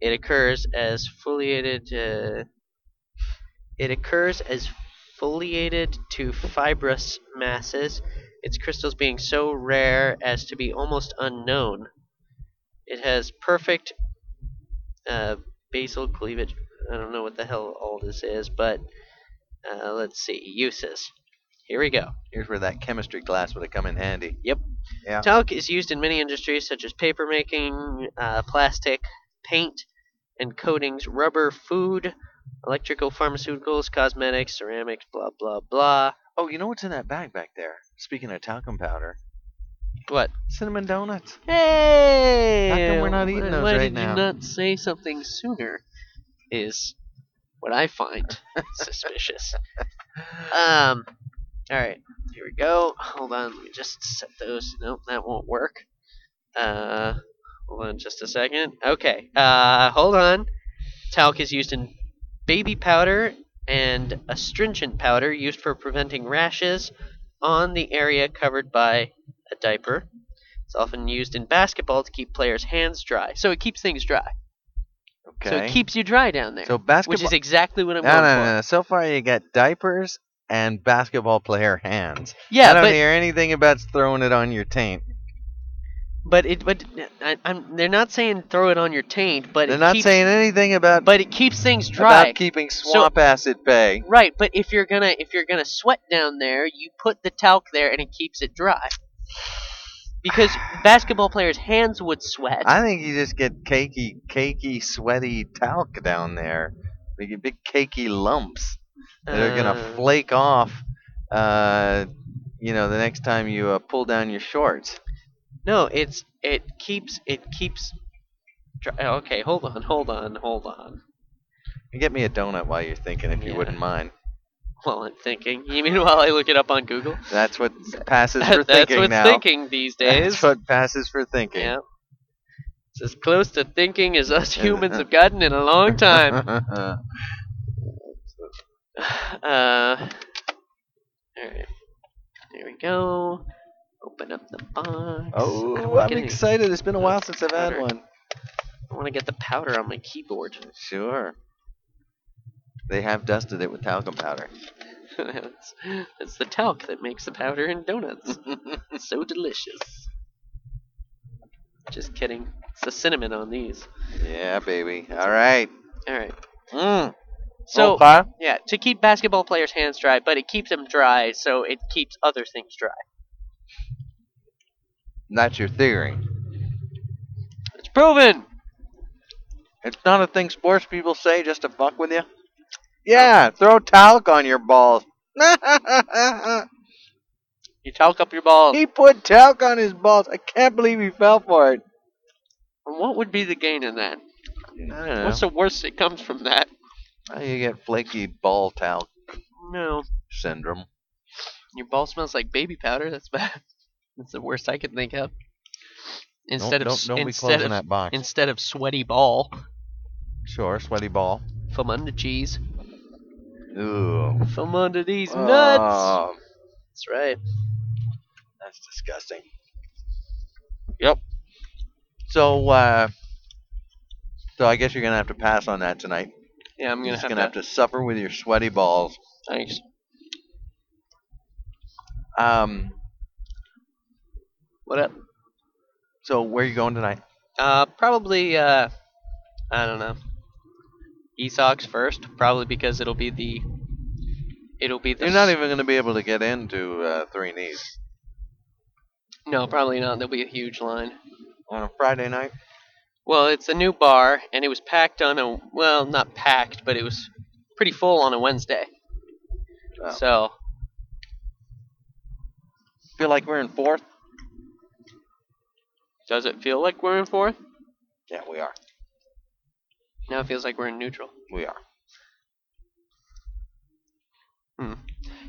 It occurs as foliated. Uh, it occurs as foliated to fibrous masses, its crystals being so rare as to be almost unknown. It has perfect uh, basal cleavage. I don't know what the hell all this is, but uh, let's see. Uses. Here we go.
Here's where that chemistry class would have come in handy. Yeah.
Talc is used in many industries such as papermaking, uh, plastic, paint, and coatings, rubber, food, electrical, pharmaceuticals, cosmetics, ceramics, blah, blah, blah.
Oh, you know what's in that bag back there? Speaking of talcum powder,
What?
cinnamon donuts.
Hey!
we're not eating
why,
those
why
right
did
now?
you not say something sooner? Is what I find suspicious. Um. All right. Here we go. Hold on. Let me just set those. Nope, that won't work. Uh. Hold on just a second. Okay. Uh. Hold on. Talc is used in baby powder and astringent powder used for preventing rashes on the area covered by a diaper. It's often used in basketball to keep players' hands dry. So it keeps things dry.
Okay.
So it keeps you dry down there.
So basketball.
which is exactly what I'm
no,
going
no, no,
for.
no. So far, you got diapers and basketball player hands.
Yeah,
I don't
but
hear anything about throwing it on your taint.
but it but I, I'm they're not saying throw it on your taint, but
They're
it
not
keeps,
saying anything about
but it keeps things dry.
about keeping swamp ass at bay.
right, but if you're gonna if you're gonna sweat down there, you put the talc there and it keeps it dry. Because basketball players' hands would sweat.
I think you just get cakey, cakey, sweaty talc down there. They get big cakey lumps. that are gonna
Uh,
flake off. Uh, you know, the next time you uh, pull down your shorts.
No, it's it keeps it keeps. Dry. Okay, hold on, hold on, hold on.
You Get me a donut while you're thinking, if you
Yeah.
wouldn't mind.
While I'm thinking, you mean while I look it up on Google?
That's what passes for
That- that's
thinking
what's
now.
thinking these days.
That's what passes for thinking.
Yeah. It's as close to thinking as us humans have gotten in a long time. Uh, Alright. There we go. Open up the box. I
oh,
wanna
I'm
get any-
excited. It's been a while since I've had
Powder.
one.
I want to get the powder on my keyboard.
Sure. They have dusted it with talcum powder.
it's, it's the talc that makes the powder in donuts. so delicious. Just kidding. It's the cinnamon on these.
Yeah, baby. All right.
Alright.
Mm.
Hmm. So,
Okay.
yeah, to keep basketball players' hands dry, but it keeps them dry, so it keeps other things dry.
that's your theory.
It's proven!
It's not a thing sports people say just to fuck with you. Yeah, throw talc on your balls.
You talk up your balls.
he put talc on his balls. I can't believe he fell for it.
What would be the gain in that?
I don't know.
What's the worst that comes from that?
How you get flaky ball talc
No.
syndrome?
Your ball smells like baby powder. That's bad. That's the worst I can think of.
Don't-
Instead
don't,
of s-
don't be
instead
closing
of
that box.
instead of sweaty ball,
sure, sweaty ball.
foam under cheese,
Ooh,
foam under these
Ah.
nuts.
Oh,
That's right.
that's disgusting. Yep. So, uh, so I guess you're gonna have to pass on that tonight.
Yeah, I'm
You're
gonna,
just
have,
gonna
to,
have to suffer with your sweaty balls.
Thanks.
Um,
What up?
so where are you going tonight?
Uh, probably. Uh, I don't know. Esox first, probably because it'll be the. It'll be the.
You're not even going to be able to get into uh, Three Knees.
No, probably not. There'll be a huge line.
on a Friday night.
Well, it's a new bar, and it was packed on a well, not packed, but it was pretty full on a Wednesday.
Oh.
So
Feel like we're in fourth?
does it feel like we're in fourth?
Yeah, we are.
Now it feels like we're in neutral.
We are.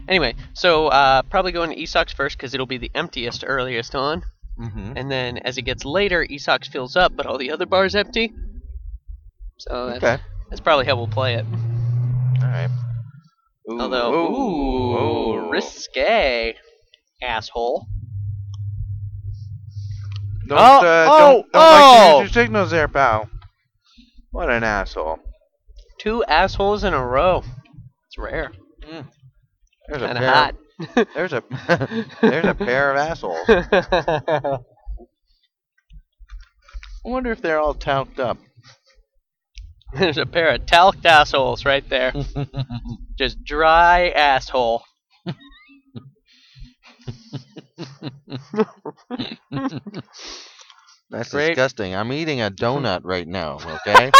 Anyway, so uh, probably going to Esox first because it'll be the emptiest earliest on,
Mm-hmm.
and then as it gets later, Esox fills up, but all the other bars empty. So that's,
Okay.
that's probably how we'll play it.
All right. Ooh,
Although, ooh,
ooh.
risque, asshole.
Don't,
Oh,
uh,
oh,
don't, don't like
oh.
to use your signals there, pal. What an asshole.
Two assholes in a row. It's rare.
There's a
Kind of
pair.
hot.
There's a there's a pair of assholes. I wonder if they're all talked up.
There's a pair of talced assholes right there. Just dry asshole.
That's
Great.
disgusting. I'm eating a donut right now, okay?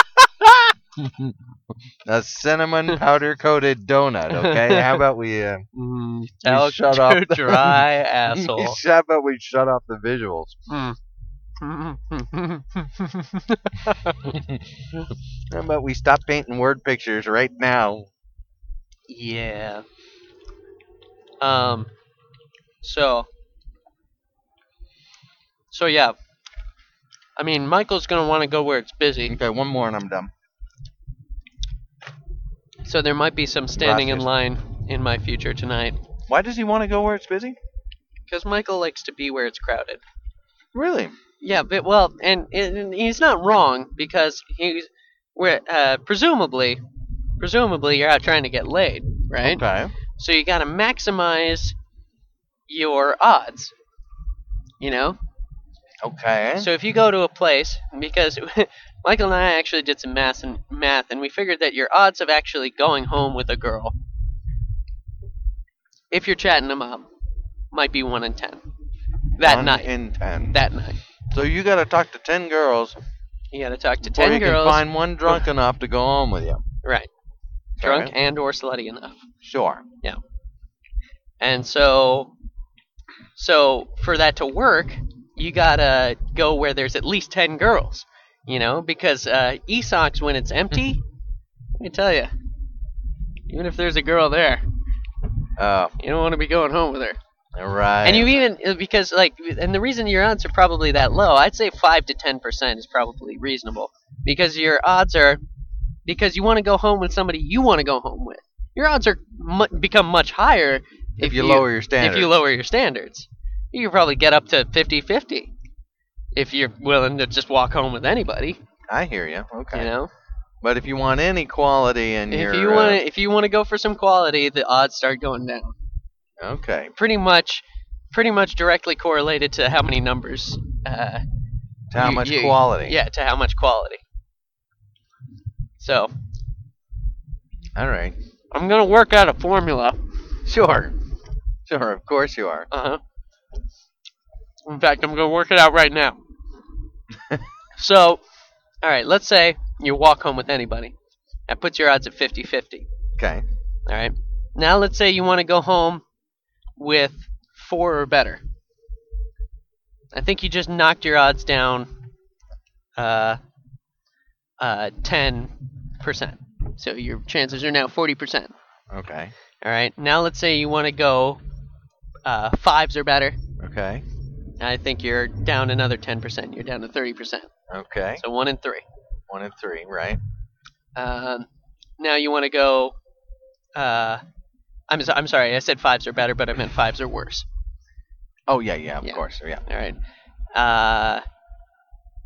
a cinnamon powder coated donut, okay? How about we uh,
Mm,
You
talc
shut
to
up.
dry asshole. Hmm.
how about we shut off the visuals? How about we stop painting word pictures right now?
yeah. Um. So. So yeah. I mean, Michael's gonna want to go where it's busy,
Okay, one more and I'm done.
so there might be some standing in
Rogers.
line in my future tonight.
Why does he want to go where it's busy?
Because Michael likes to be where it's crowded.
Really?
Yeah, but well, and, and he's not wrong because he's where uh, presumably, presumably you're out trying to get laid, right?
Okay.
So you got to maximize your odds. You know?
Okay.
So if you go to a place, because Michael and I actually did some math and math, and we figured that your odds of actually going home with a girl, if you're chatting them up, might be one in ten. That
One
night.
in ten.
that night.
so you got to talk to ten girls
You got to talk to
before
ten
you
girls.
can find one drunk enough to go home with you.
right. Drunk
Okay.
and or slutty enough.
Sure.
And so, so for that to work, you gotta go where there's at least ten girls, you know, because uh, Esox when it's empty, let me tell you, even if there's a girl there,
Oh,
you don't want to be going home with her.
right.
And you even uh, because like, and the reason your odds are probably that low, I'd say five to ten percent is probably reasonable because your odds are because you want to go home with somebody you want to go home with. Your odds are mu- become much higher
if, you, lower your standards.
if you lower your standards. You could probably get up to 50 50 if you're willing to just walk home with anybody,
I hear you. Okay.
you know?
But if you want any quality in your,
if you
uh,
want to if you want to go for some quality, the odds start going down.
okay,
Pretty much pretty much directly correlated to how many numbers uh,
to how
you-
much
you-
quality?
Yeah, to how much quality. So,
All right.
I'm going to work out a formula.
Sure. Sure. Of course you are.
Uh huh. In fact, I'm gonna work it out right now. so, all right, let's say you walk home with anybody. That puts your odds at 50 50.
Okay.
All right. Now, let's say you want to go home with four or better. I think you just knocked your odds down uh, uh, 10%. So your chances are now 40%.
Okay.
All right. Now let's say you want to go uh, fives or better.
Okay.
I think you're down another 10%. You're down to 30%.
Okay.
So one in three.
One and three, right?
Um, now you want to go. Uh, I'm, so, I'm sorry. I said fives are better, but I meant fives are worse.
Oh yeah, yeah. Of
Yeah.
course. Yeah.
All right. Uh,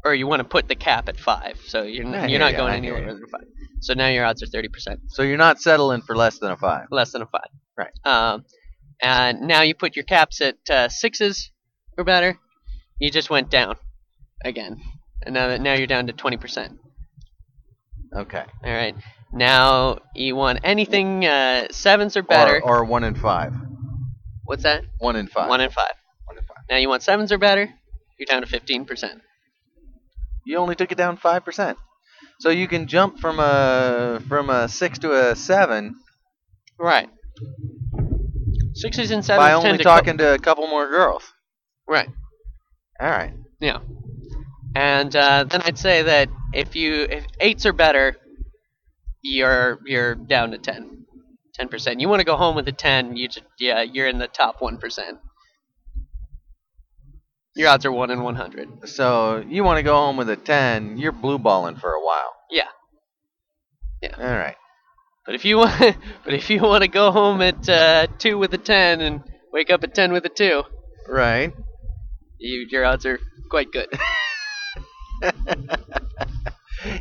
or you want to put the cap at five. So you're,
I
n-
hear
you're not
ya,
going
I
any
hear
lower
ya.
than five. So now your odds are 30%,
So you're not settling for less than a five.
less than a five.
Right.
Um, and now you put your caps at uh, sixes or better. You just went down again. And now, that, now you're down to 20%.
Okay.
All right. Now you want anything uh, sevens or better.
Or, or one and five.
What's that?
One and five.
One and five.
One and five.
Now you want sevens or better? You're down to 15%.
You only took it down five percent. So you can jump from a from a six to a seven
Right. Sixes and sevens
by
tend
only
to co-
talking to a couple more girls.
right.
All right.
Yeah. And uh, then I'd say that if you if eights are better, you're you're down to ten. Ten percent. You want to go home with a ten, you just yeah, you're in the top one percent. Your odds are one in one hundred.
So you want to go home with a ten? You're blue balling for a while.
Yeah.
All right.
But if you want but if you want to go home at uh, two with a ten and wake up at ten with a two,
Right.
you, your odds are quite good.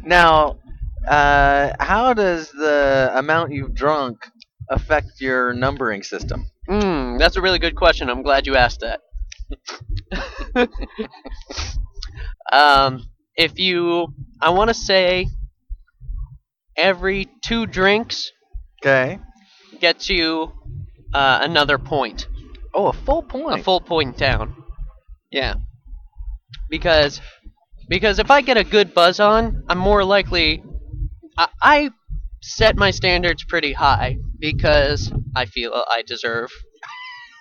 Now, uh, how does the amount you've drunk affect your numbering system?
Mm, that's a really good question. I'm glad you asked that. um, if you, I want to say, every two drinks
Okay.
gets you uh, another point,
Oh, a full
a
point.
full point down. Yeah, because because if I get a good buzz on, I'm more likely. I, I set my standards pretty high because I feel I deserve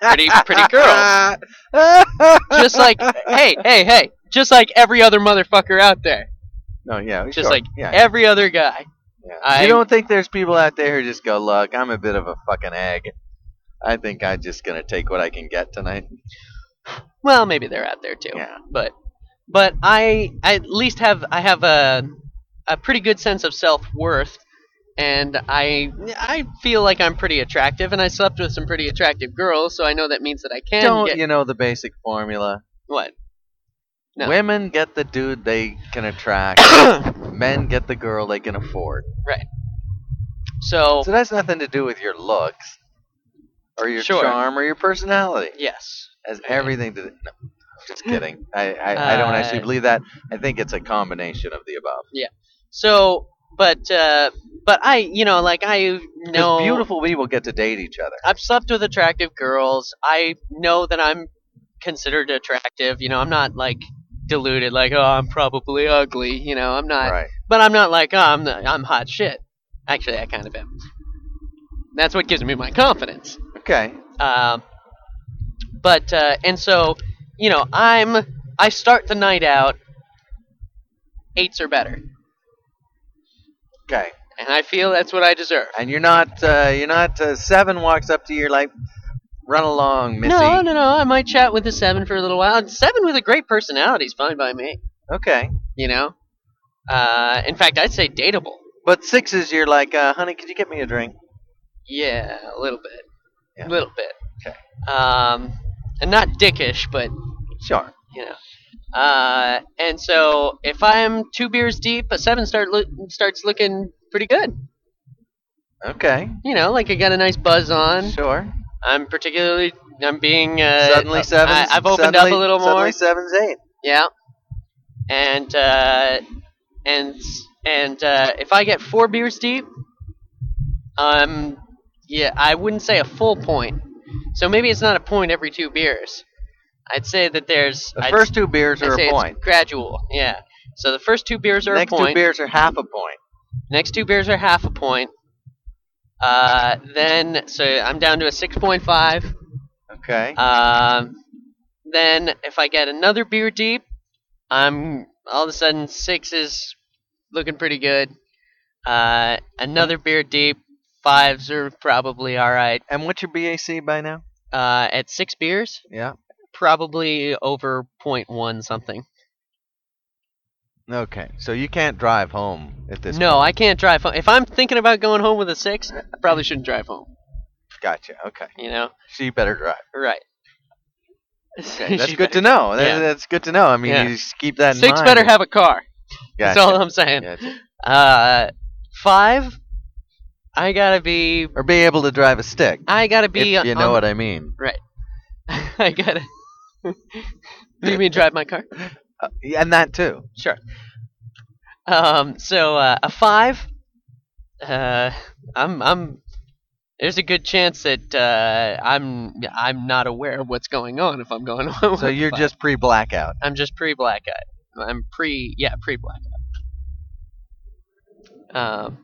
pretty pretty girls. just like hey, hey, hey, just like every other motherfucker out there,
no, yeah,
just
sure.
like
yeah,
every other guy.
yeah.
I-
you don't think there's people out there who just go, "Look, I'm a bit of a fucking egg. I think I'm just gonna take what I can get tonight."
Well, maybe they're out there too,
Yeah.
but but I, I at least have I have a a pretty good sense of self worth, and I I feel like I'm pretty attractive, and I slept with some pretty attractive girls, so I know that means that I can
don't
get
you know the basic formula?
what. No.
Women get the dude they can attract. Men get the girl they can afford.
so
So that's nothing to do with your looks, or your
Sure. Mm-hmm.
charm, or your personality.
yes,
has everything to do. No, just kidding. I, I, I don't actually
Mm-hmm. Uh,
believe that. I think it's a combination of the above.
so but uh, but I you know like I
'Cause
know
beautiful people get to date each other.
I've slept with attractive girls. I know that I'm considered attractive. You know, I'm not like deluded, like oh, I'm probably ugly. You know, I'm not.
right.
But I'm not like oh, I'm the, I'm hot shit. Actually, I kind of am. That's what gives me my confidence.
Okay.
Um, but uh, and so you know, I'm I start the night out eights or better,
Okay.
and I feel that's what I deserve.
And you're not uh, you're not uh, seven walks up to you like run along, Missy.
No, no, no. I might chat with a seven for a little while. Seven with a great personality is fine by me.
Okay.
you know. Uh, in fact, I'd say dateable.
But sixes, you're like, uh, honey, could you get me a drink?
Yeah, a little bit,
Yeah.
a little bit.
Okay.
Um, and not dickish, but
Sure.
you know. Uh, and so if I'm two beers deep, a seven start loo- starts looking pretty good.
Okay.
You know, like I got a nice buzz on.
Sure.
I'm particularly, I'm being uh,
suddenly seven.
I, I've opened up a little more.
Suddenly seven's eight.
Yeah. And uh, and and uh, if I get four beers deep, um, yeah, I wouldn't say a full point. So maybe it's not a point every two beers. I'd say that there's
The
I'd-
first two beers
I'd
are
say
a
it's
point.
gradual. Yeah. So the first two beers are
Next
a point.
two beers are half a point.
Next two beers are half a point. Uh, then so I'm down to a six point five.
Okay.
Um, then if I get another beer deep, I'm all of a sudden six is looking pretty good. Uh, another beer deep, fives are probably all right.
and what's your BAC by now?
Uh, at six beers,
Yeah.
probably over point one something.
Okay. So you can't drive home at this
no, I can't drive home. If I'm thinking about going home with a six, I probably shouldn't drive home.
Gotcha. Okay.
You know,
So you better drive.
right?
Okay. That's good to know. That-
Yeah.
That's good to know. I mean,
Yeah.
you just keep that in
Six
mind.
better have a car. That's
Gotcha.
all I'm saying.
Gotcha.
Uh, five. I gotta be.
Or be able to drive a stick.
I gotta be.
if you know
on-
what I mean.
I gotta. you mean drive my car?
Uh, yeah, and that too.
Sure. Um. So uh, a five. Uh, I'm I'm There's a good chance that uh, I'm I'm not aware of what's going on if I'm going on.
So you're just pre blackout.
I'm just pre black eye. I'm pre yeah pre black eye. Um,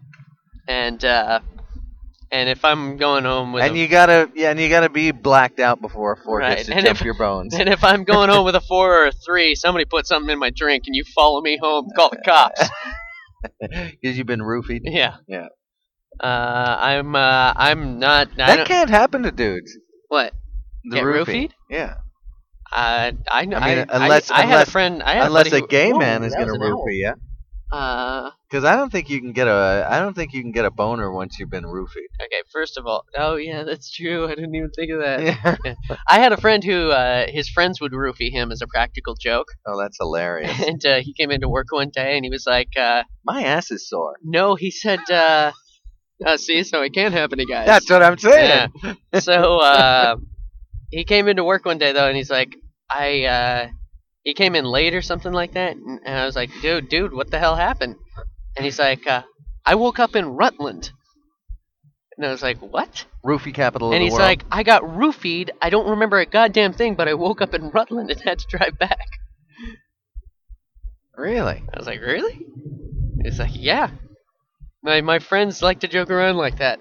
and uh, and if I'm going home with
And
a,
you gotta yeah, and you gotta be blacked out before a fork
Right,
gets to
and
jump
if-
your bones.
and if I'm going home with a four or a three, somebody put something in my drink and you follow me home, call the cops.
Because you've been roofied.
Yeah.
Yeah.
Uh, I'm uh, I'm not. I
That
don't,
can't happen to dudes.
what?
The
Get
roofie.
roofied?
Yeah.
Uh, I, I, I,
unless-
I, had
unless-
a friend. I had
Unless
buddy
a gay
who,
man
Ooh,
is
that was
gonna
an
roofie you.
owl. Uh,
Because I don't think you can get a I don't think you can get a boner once you've been roofied.
okay. First of all, oh yeah, that's true. I didn't even think of that.
Yeah.
I had a friend who uh, his friends would roofie him as a practical joke,
Oh, that's hilarious.
and uh, he came into work one day and he was like, uh,
My ass is sore.
"No," he said. Uh, uh, see, so it can happen to guys.
That's what I'm saying.
so uh, he came into work one day though, and he's like, I uh, he came in late or something like that, and, and I was like, dude, dude, what the hell happened? And he's like, uh, I woke up in Rutland, and I was like, what?
Roofie capital of
and
the
he's
world.
like, I got roofied. I don't remember a goddamn thing, but I woke up in Rutland and had to drive back.
really?
I was like, really? He's like, yeah. My my friends like to joke around like that.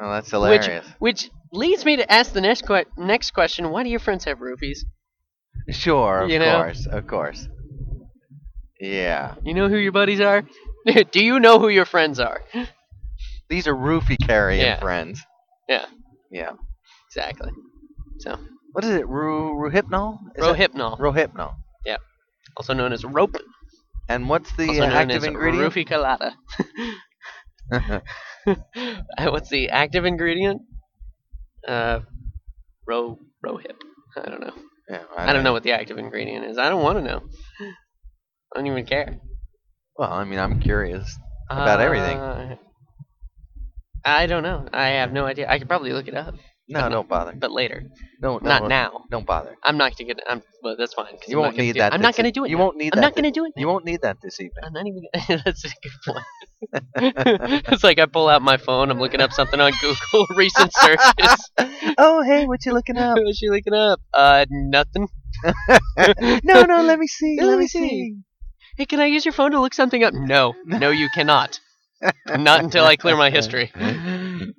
Oh, that's hilarious.
Which leads me to ask the next que- next question: Why do your friends have roofies?
sure, of
you know?
course, of course. Yeah,
You know who your buddies are? do you know who your friends are?
these are roofie carrying
Yeah.
friends.
Yeah.
Yeah.
Exactly. So
What is it? Ru Ruhypnol? Is it-
rohypnol,
Rohypnol.
also known as rope,
And what's the
also
uh,
known
active
as
ingredient?
roofie colada. Uh, What's the active ingredient? Uh, ro rohip. I don't know.
yeah,
I don't know what the active ingredient is. I don't want to know. I don't even care
Well, I mean, I'm curious. About everything.
Uh, I don't know. I have no idea. I could probably look it up,
No,
But-
don't bother.
but later,
Don't,
not
don't,
now.
Don't bother.
I'm not gonna. I'm. Well, that's fine. 'cause
You
I'm not
won't
gonna
need
do-
that.
I'm not
this
gonna
e-
do it.
You
now.
won't need
I'm
that. e
not gonna do it.
You
now.
won't need that this evening.
I'm not even. Gonna, that's a good point. it's like I pull out my phone. I'm looking up something on Google. Recent searches.
oh, hey, what you looking up?
What's she looking up? Uh, nothing.
No, no, let me see.
Let me see. Hey, can I use your phone to look something up? No, no, you cannot. not until I clear my history.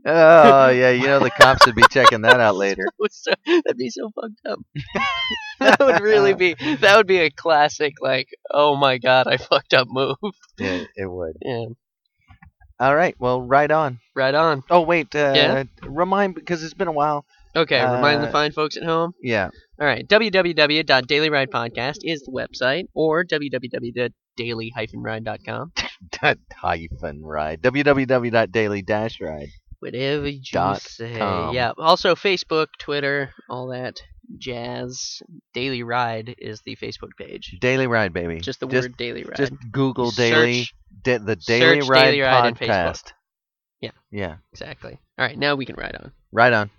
oh yeah, you know the cops would be checking that out later.
So- that'd be so fucked up. that would really be. That would be a classic. Like, oh my god, I fucked up move.
Yeah, it would.
Yeah.
All right, well, right on.
Right on.
Oh wait, uh,
Yeah?
remind because it's been a while.
Okay, remind the
Uh,
fine folks at home.
Yeah,
All right, www.dailyride.podcast is the website, or www.daily-ride.com.
dot hyphen ride. www.daily dash ride.
Whatever you
Dot
say.
com.
Yeah. Also, Facebook, Twitter, all that jazz. Daily Ride is the Facebook page.
Daily ride, baby.
Just the
just,
word Daily Ride.
Just Google daily
Search-
da- the daily
search
ride
Daily Ride in
podcast.
Facebook. Yeah.
Yeah.
exactly. All right, now we can ride on.
Right on.